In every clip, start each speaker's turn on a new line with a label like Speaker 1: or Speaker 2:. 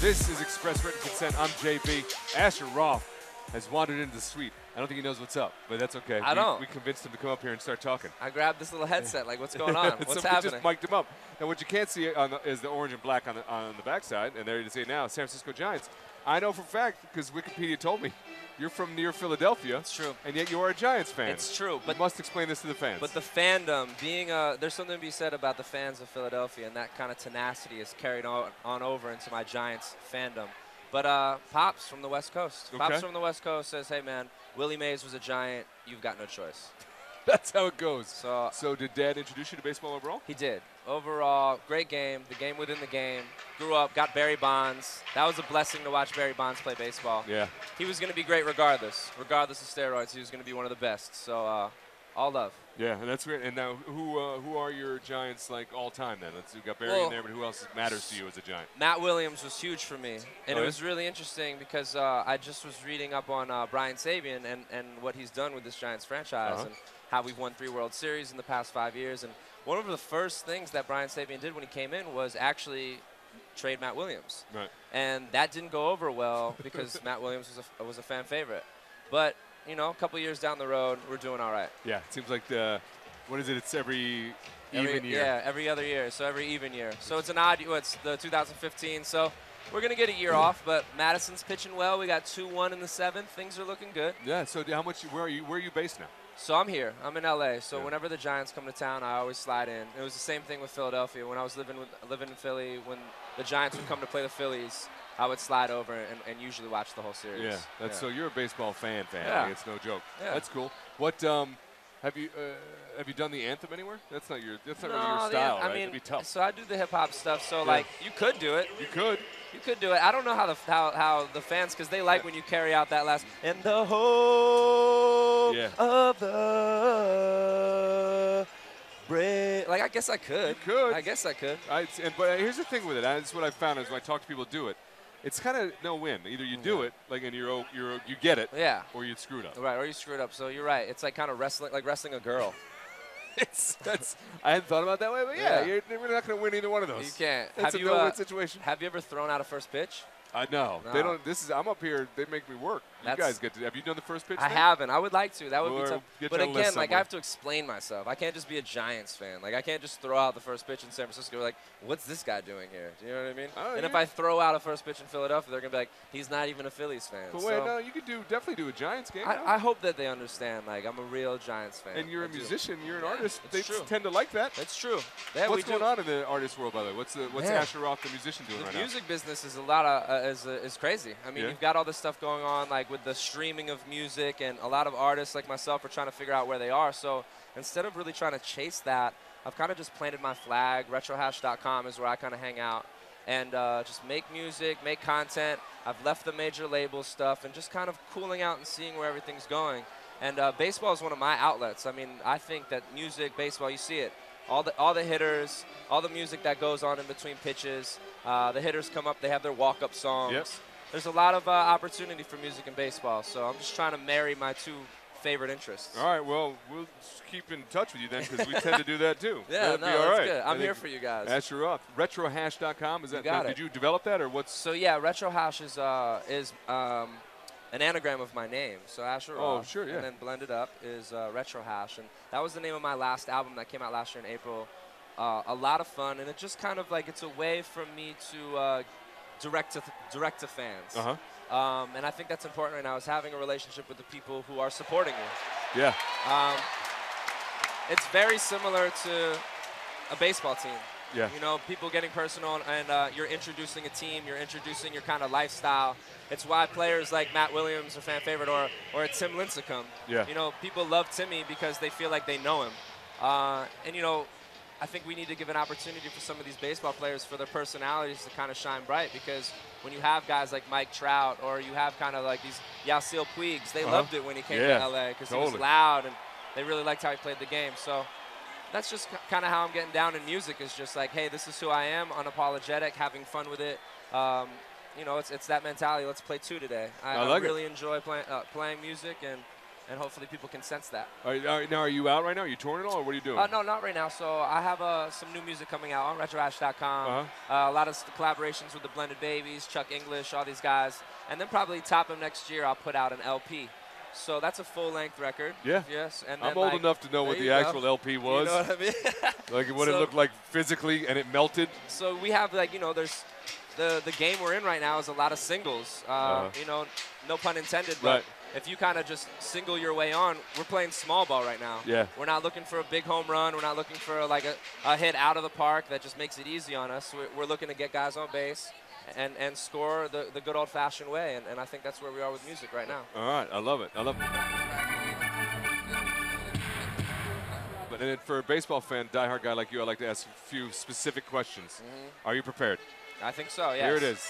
Speaker 1: This is Express Written Consent. I'm JB. Asher Roth has wandered into the suite. I don't think he knows what's up, but that's okay.
Speaker 2: I
Speaker 1: we,
Speaker 2: don't.
Speaker 1: We convinced him to come up here and start talking.
Speaker 2: I grabbed this little headset. Like, what's going on? What's
Speaker 1: Somebody
Speaker 2: happening?
Speaker 1: just mic'd him up. Now, what you can't see on the, is the orange and black on the, on the backside, and there you can see it now, San Francisco Giants. I know for a fact, because Wikipedia told me, you're from near Philadelphia.
Speaker 2: It's true.
Speaker 1: And yet you are a Giants fan.
Speaker 2: It's true,
Speaker 1: You
Speaker 2: but-
Speaker 1: must explain this to the fans.
Speaker 2: But the fandom, being a, there's something to be said about the fans of Philadelphia, and that kind of tenacity is carried on, on over into my Giants fandom. But uh, Pops from the West Coast,
Speaker 1: Okay.
Speaker 2: Pops from the West Coast says, "Hey man, Willie Mays was a Giant. You've got no choice."
Speaker 1: that's how it goes.
Speaker 2: So uh,
Speaker 1: So did Dad introduce you to baseball overall?
Speaker 2: he did. Overall, great game. The game within the game. Grew up, got Barry Bonds. That was a blessing to watch Barry Bonds play baseball.
Speaker 1: Yeah.
Speaker 2: He was going to be great regardless, regardless of steroids. He was going to be one of the best. So uh, all love.
Speaker 1: Yeah, and that's great. And now, who uh, who are your Giants like all time then? Let's you got Barry in
Speaker 2: Well-
Speaker 1: there, but who else matters to you as a Giant?
Speaker 2: Matt Williams was huge for me, and
Speaker 1: Oh,
Speaker 2: it was really interesting because uh, I just was reading up on uh, Brian Sabian and, and what he's done with this Giants franchise
Speaker 1: Uh-huh.
Speaker 2: and how we've won three World Series in the past five years. And one of the first things that Brian Sabian did when he came in was actually trade Matt Williams,
Speaker 1: Right.
Speaker 2: and that didn't go over well because Matt Williams was a, was a fan favorite. But you know, a couple years down the road, we're doing all right.
Speaker 1: Yeah. It seems like the what is it? It's every,
Speaker 2: Every-
Speaker 1: even year.
Speaker 2: Yeah, every other year. So every even year. So it's an odd. Well, it's the 2015. So we're gonna get a year off, but Madison's pitching well. We got two one in the seventh. Things are looking good.
Speaker 1: Yeah. So how much? Where are you? Where are you based now?
Speaker 2: So I'm here. I'm in LA. So
Speaker 1: Yeah.
Speaker 2: whenever the Giants come to town, I always slide in. It was the same thing with Philadelphia. When I was living with, living in Philly, when the Giants would come to play the Phillies, I would slide over and, and usually watch the whole series.
Speaker 1: Yeah. That's so you're a baseball fan, fan.
Speaker 2: Yeah.
Speaker 1: Like, it's no joke.
Speaker 2: Yeah.
Speaker 1: That's cool. What um, have you uh, have you done the anthem anywhere? That's not your that's not really your
Speaker 2: No, the-
Speaker 1: style,
Speaker 2: I
Speaker 1: right?
Speaker 2: mean,
Speaker 1: It'd be tough.
Speaker 2: so I do the hip hop stuff. So like, you could do it.
Speaker 1: you could.
Speaker 2: You could do it. I don't know how the how, how the fans because they like when you carry out that last and the hope
Speaker 1: Yeah.
Speaker 2: of the brave. Like I guess I
Speaker 1: You
Speaker 2: could.
Speaker 1: could.
Speaker 2: I guess I could.
Speaker 1: I, it's- and, but here's the thing with it. I- That's what I found is when I talk to people who do it. It's kind of no win. Either you do it, like, and you're o- you're o- you get it,
Speaker 2: Yeah.
Speaker 1: or you screwed up.
Speaker 2: Right. Or you screwed up. So you're right. It's like kind of wrestling, like wrestling a girl.
Speaker 1: it's, that's, I hadn't thought about it that way, but yeah,
Speaker 2: Yeah.
Speaker 1: You're, you're not going to win either one of those.
Speaker 2: You can't.
Speaker 1: It's
Speaker 2: Have
Speaker 1: a
Speaker 2: you,
Speaker 1: no-win
Speaker 2: uh,
Speaker 1: situation.
Speaker 2: Have you ever thrown out a first pitch?
Speaker 1: I know. They
Speaker 2: No.
Speaker 1: don't. This is. I'm up here. They make me work. You
Speaker 2: That's-
Speaker 1: guys get to. Have you done the first pitch?
Speaker 2: I
Speaker 1: thing?
Speaker 2: haven't. I would like to. That would
Speaker 1: Or
Speaker 2: be tough.
Speaker 1: get
Speaker 2: But
Speaker 1: you on a
Speaker 2: again,
Speaker 1: list
Speaker 2: like
Speaker 1: somewhere.
Speaker 2: I have to explain myself. I can't just be a Giants fan. Like I can't just throw out the first pitch in San Francisco. Like, what's this guy doing here? Do you know what I mean?
Speaker 1: Oh,
Speaker 2: and if
Speaker 1: yeah.
Speaker 2: I throw out a first pitch in Philadelphia, they're gonna be like, he's not even a Phillies fan.
Speaker 1: But
Speaker 2: so
Speaker 1: wait, no. You could do definitely do a Giants game. no?
Speaker 2: I, I hope that they understand. Like I'm a real Giants fan.
Speaker 1: and you're
Speaker 2: a
Speaker 1: a musician. You're an artist.
Speaker 2: it's
Speaker 1: They
Speaker 2: true.
Speaker 1: tend to like that.
Speaker 2: That's true. Yeah,
Speaker 1: what's
Speaker 2: we
Speaker 1: going
Speaker 2: do.
Speaker 1: on in the artist world, by the way? What's the, what's
Speaker 2: Man.
Speaker 1: Asher Roth, the musician, doing
Speaker 2: The
Speaker 1: right
Speaker 2: music business is a lot of uh, is, uh, is crazy. I mean,
Speaker 1: Yeah.
Speaker 2: you've got all this stuff going on, like with the streaming of music, and a lot of artists like myself are trying to figure out where they are. So instead of really trying to chase that, I've kind of just planted my flag. Retrohash.com is where I kind of hang out and uh, just make music, make content. I've left the major label stuff and just kind of cooling out and seeing where everything's going. And uh, baseball is one of my outlets. I mean, I think that music, baseball, you see it all the all the hitters, all the music that goes on in between pitches. Uh, the hitters come up, they have their walk-up songs.
Speaker 1: Yep.
Speaker 2: There's a lot of uh, opportunity for music and baseball, so I'm just trying to marry my two favorite interests.
Speaker 1: now? All right. Well, we'll just keep in touch with you then, because we tend to do that too.
Speaker 2: Yeah,
Speaker 1: That'd
Speaker 2: no,
Speaker 1: be all
Speaker 2: that's
Speaker 1: right.
Speaker 2: good.
Speaker 1: I
Speaker 2: I'm here
Speaker 1: think
Speaker 2: for you guys.
Speaker 1: Asher Roth, retrohash.com. Is that?
Speaker 2: got
Speaker 1: now,
Speaker 2: it.
Speaker 1: Did you develop that, or what's?
Speaker 2: so yeah, retrohash is uh, is um, an anagram of my name. So Asher
Speaker 1: Oh,
Speaker 2: Roth,
Speaker 1: sure, yeah.
Speaker 2: And then blended up is uh, retrohash, and that was the name of my last album that came out last year in April. Uh, a lot of fun, and it just kind of like it's a way for me to uh, direct to direct to fans.
Speaker 1: Uh huh.
Speaker 2: Um, and I think that's important right now is having a relationship with the people who are supporting you.
Speaker 1: Yeah.
Speaker 2: Um, it's very similar to a baseball team.
Speaker 1: Yeah.
Speaker 2: You know, people getting personal, and uh, you're introducing a team, you're introducing your kind of lifestyle. It's why players like Matt Williams are fan favorite, or or Tim Lincecum.
Speaker 1: Yeah.
Speaker 2: You know, people love Timmy because they feel like they know him. Uh, and you know, I think we need to give an opportunity for some of these baseball players for their personalities to kind of shine bright because when you have guys like Mike Trout or you have kind of like these Yasiel Puigs, they
Speaker 1: Uh-huh.
Speaker 2: loved it when he came
Speaker 1: Yeah,
Speaker 2: to LA because he
Speaker 1: totally.
Speaker 2: was loud and they really liked how he played the game. So that's just kind of how I'm getting down in music is just like, hey, this is who I am, unapologetic, having fun with it. Um, you know, it's, it's that mentality. Let's play two today. I,
Speaker 1: I like it.
Speaker 2: really enjoy play, uh, playing music, and and hopefully people can sense that.
Speaker 1: Are, you- are, now, are you out right now? Are you touring at all, or what are you doing?
Speaker 2: Uh, no, not right now. So I have uh, some new music coming out on RetroAsh.com. uh
Speaker 1: Uh-huh.
Speaker 2: a lot of s- collaborations with the Blended Babies, Chuck English, all these guys, and then probably top of next year I'll put out an LP. So that's a full-length record.
Speaker 1: Yeah.
Speaker 2: Yes. And
Speaker 1: I'm
Speaker 2: then,
Speaker 1: old
Speaker 2: like,
Speaker 1: enough to know what
Speaker 2: there
Speaker 1: the
Speaker 2: you go.
Speaker 1: actual LP was,
Speaker 2: You know what I mean?
Speaker 1: like what it
Speaker 2: So-
Speaker 1: looked like physically, and it melted.
Speaker 2: so we have like you know there's the the game we're in right now is a lot of singles. Uh,
Speaker 1: Uh-huh.
Speaker 2: You know, no pun intended, but.
Speaker 1: Right.
Speaker 2: If you kind of just single your way on, we're playing small ball right now.
Speaker 1: Yeah.
Speaker 2: We're not looking for a big home run. We're not looking for like a, a hit out of the park that just makes it easy on us. We're, we're looking to get guys on base and, and score the, the good old fashioned way. And, and I think that's where we are with music right now.
Speaker 1: All right, I love it. I love it. But then for a baseball fan, diehard guy like you, I'd like to ask a few specific questions. Are you prepared?
Speaker 2: I think so, Mm-hmm. yes.
Speaker 1: Here it is.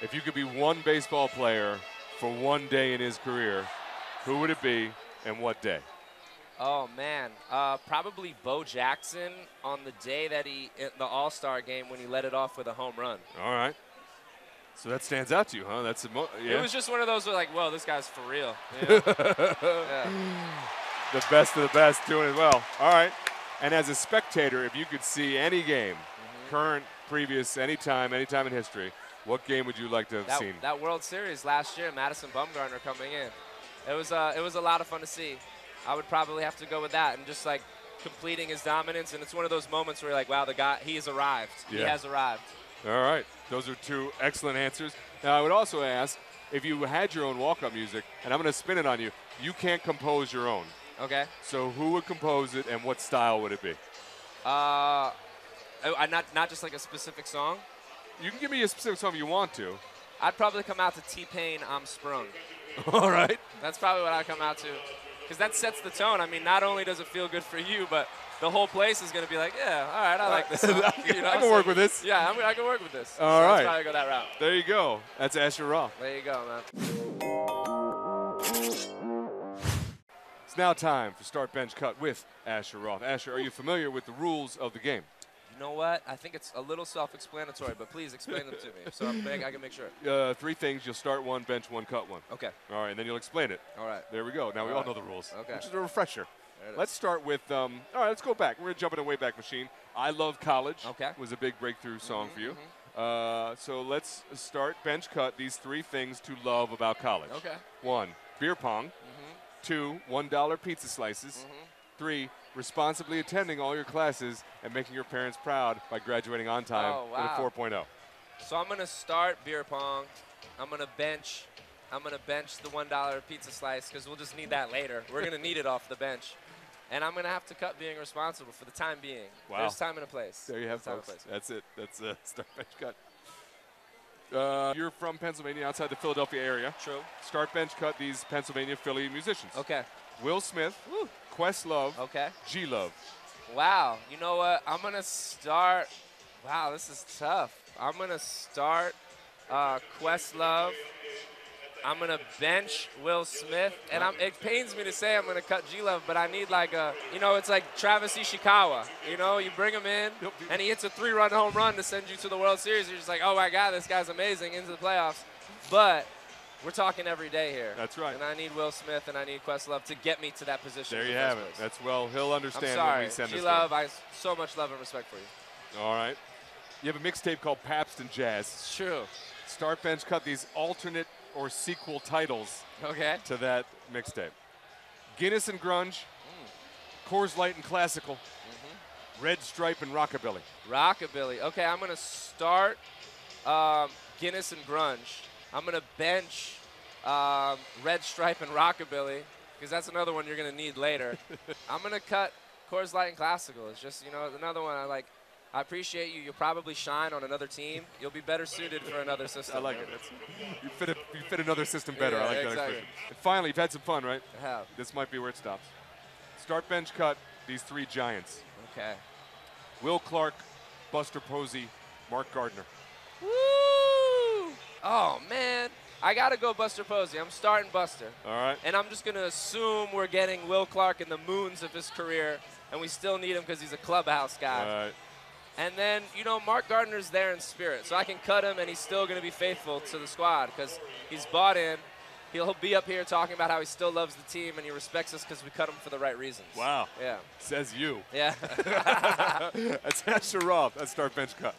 Speaker 1: If you could be one baseball player for one day in his career, who would it be and what day?
Speaker 2: Oh man, uh, probably Bo Jackson on the day that he in the All Star game when he let it off with a home run.
Speaker 1: All right. So that stands out to you, huh? That's a mo- yeah.
Speaker 2: It was just one of those where like, whoa, this guy's for real. you know? yeah.
Speaker 1: the best of the best doing it well. All right. And as a spectator, if you could see any game,
Speaker 2: Mm-hmm.
Speaker 1: current, previous, anytime, anytime in history, what game would you like to have
Speaker 2: That,
Speaker 1: seen?
Speaker 2: that World Series last year, Madison Bumgarner coming in. It was uh, it was a lot of fun to see. I would probably have to go with that and just like completing his dominance. And it's one of those moments where you're like, wow, the guy he's arrived. He
Speaker 1: Yeah.
Speaker 2: has arrived.
Speaker 1: All right. Those are two excellent answers. Now, I would also ask if you had your own walk up music, and I'm going to spin it on you, you can't compose your own.
Speaker 2: Okay.
Speaker 1: So, who would compose it and what style would it be?
Speaker 2: Uh, oh, I not not just like a specific song.
Speaker 1: You can give me a specific song if you want to.
Speaker 2: I'd probably come out to T Pain, I'm Sprung.
Speaker 1: All right.
Speaker 2: That's probably what I'd come out to. Because that sets the tone. I mean, not only does it feel good for you, but the whole place is going to be like, yeah, all right, I like this. song," you know?
Speaker 1: I can
Speaker 2: So,
Speaker 1: work with this.
Speaker 2: Yeah, I'm, I can work with this.
Speaker 1: All
Speaker 2: so
Speaker 1: right.
Speaker 2: Let's probably go that route.
Speaker 1: There you go. That's Asher Roth.
Speaker 2: There you go, man.
Speaker 1: It's now time for Start Bench Cut with Asher Roth. Asher, are you familiar with the rules of the game?
Speaker 2: You know what? I think it's a little self-explanatory, but please explain them to me so I'm make, I can make sure.
Speaker 1: Uh, three things you'll start one, bench one, cut one.
Speaker 2: Okay.
Speaker 1: All right, and then you'll explain it.
Speaker 2: All right.
Speaker 1: There we go. Now we all
Speaker 2: All right.
Speaker 1: know the rules,
Speaker 2: Okay.
Speaker 1: which is a refresher.
Speaker 2: There it is.
Speaker 1: Let's start with. Um, all right, let's go back. We're gonna jump in a wayback machine. I love college.
Speaker 2: Okay. Mm-hmm,
Speaker 1: was a big breakthrough song for you. Uh, so let's start bench cut. These three things to love about college.
Speaker 2: Okay. Mm-hmm.
Speaker 1: One, beer pong. Two, one dollar pizza slices. Three, responsibly attending all your classes and making your parents proud by graduating on time
Speaker 2: Oh, wow.
Speaker 1: with a 4.0.
Speaker 2: So I'm gonna start beer pong. I'm gonna bench. I'm gonna bench the one dollar pizza slice because we'll just need that later. We're gonna need it off the bench, and I'm gonna have to cut being responsible for the time being.
Speaker 1: Wow.
Speaker 2: There's time and a place.
Speaker 1: There you have,
Speaker 2: There's time and
Speaker 1: folks.
Speaker 2: a place.
Speaker 1: That's it. That's uh, start bench cut. Uh, you're from Pennsylvania, outside the Philadelphia area.
Speaker 2: True.
Speaker 1: Start bench cut these Pennsylvania Philly musicians.
Speaker 2: Okay.
Speaker 1: Will Smith, Quest Love,
Speaker 2: Okay.
Speaker 1: G Love.
Speaker 2: Wow. You know what? I'm gonna start. Wow, this is tough. I'm gonna start uh, Questlove. I'm gonna bench Will Smith, and I'm, it pains me to say I'm gonna cut G Love, but I need like a, you know, it's like Travis Ishikawa. You know, you bring him in,
Speaker 1: Yep.
Speaker 2: and he hits a three-run home run to send you to the World Series. You're just like, oh my God, this guy's amazing into the playoffs. But we're talking every day here.
Speaker 1: That's right.
Speaker 2: And I need Will Smith and I need Questlove to get me to that position.
Speaker 1: There
Speaker 2: in
Speaker 1: you
Speaker 2: the first
Speaker 1: have it.
Speaker 2: place.
Speaker 1: That's well, he'll understand
Speaker 2: I'm sorry.
Speaker 1: when we send
Speaker 2: G
Speaker 1: this. to him.
Speaker 2: Love, I s- so much love and respect for you.
Speaker 1: All right. You have a mixtape called Pabst and Jazz.
Speaker 2: It's true.
Speaker 1: Start bench cut these alternate or sequel titles
Speaker 2: Okay.
Speaker 1: to that mixtape. Guinness and grunge,
Speaker 2: Mm.
Speaker 1: Coors Light and classical,
Speaker 2: Mm-hmm.
Speaker 1: Red Stripe and rockabilly.
Speaker 2: Rockabilly. Okay, I'm gonna start um, Guinness and grunge. I'm gonna bench um, Red Stripe and rockabilly because that's another one you're gonna need later. I'm gonna cut Coors Light and classical. It's just you know another one I like. I appreciate you. You'll probably shine on another team. You'll be better suited for another system.
Speaker 1: I like it. That's, you fit a, you fit another system better. I
Speaker 2: Yeah,
Speaker 1: like that
Speaker 2: exactly.
Speaker 1: expression. And finally, you've had some fun, right?
Speaker 2: I have.
Speaker 1: This might be where it stops. Start bench cut these three giants:
Speaker 2: Okay.
Speaker 1: Will Clark, Buster Posey, Mark Gardner.
Speaker 2: Woo! Oh man, I gotta go Buster Posey. I'm starting Buster.
Speaker 1: All right.
Speaker 2: And I'm just going to assume we're getting Will Clark in the moons of his career, and we still need him because he's a clubhouse
Speaker 1: All
Speaker 2: guy.
Speaker 1: right.
Speaker 2: And then, you know, Mark Gardner's there in spirit, so I can cut him, and he's still going to be faithful to the squad because he's bought in. he'll be up here talking about how he still loves the team and he respects us because we cut him for the right reasons.
Speaker 1: Wow.
Speaker 2: Yeah.
Speaker 1: Says you.
Speaker 2: Yeah.
Speaker 1: That's Asherov. That's start bench cut.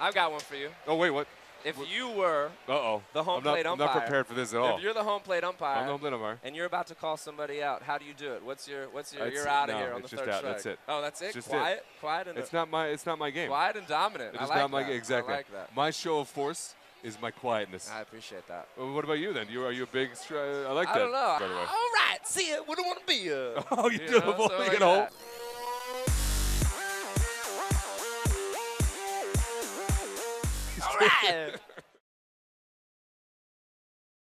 Speaker 2: I've got one for you.
Speaker 1: Oh wait, what?
Speaker 2: If you were
Speaker 1: Uh oh.
Speaker 2: The home
Speaker 1: I'm not,
Speaker 2: plate
Speaker 1: I'm not
Speaker 2: umpire.
Speaker 1: prepared for this at all.
Speaker 2: If you're the home plate umpire
Speaker 1: I'm the home plate umpire.
Speaker 2: and you're about to call somebody out, how do you do it? What's your what's your
Speaker 1: It's-
Speaker 2: you're out of
Speaker 1: no,
Speaker 2: here on
Speaker 1: it's
Speaker 2: the
Speaker 1: just
Speaker 2: third
Speaker 1: out.
Speaker 2: strike?
Speaker 1: That's it.
Speaker 2: Oh, that's it.
Speaker 1: It's just it.
Speaker 2: quiet, quiet, and
Speaker 1: It's not my. It's not my game.
Speaker 2: quiet and dominant.
Speaker 1: It
Speaker 2: I
Speaker 1: is
Speaker 2: like
Speaker 1: not my
Speaker 2: that.
Speaker 1: game. Exactly.
Speaker 2: I like that.
Speaker 1: My show of force is my quietness.
Speaker 2: I appreciate that.
Speaker 1: Well, what about you then? You are you a big? Stri- I like
Speaker 2: I
Speaker 1: that.
Speaker 2: don't know.
Speaker 1: By the way.
Speaker 2: All right, see it. Wouldn't want to be a.
Speaker 1: Oh, you,
Speaker 2: You
Speaker 1: do a
Speaker 2: know,
Speaker 1: bowling
Speaker 2: something like
Speaker 1: at home.
Speaker 2: that. All right.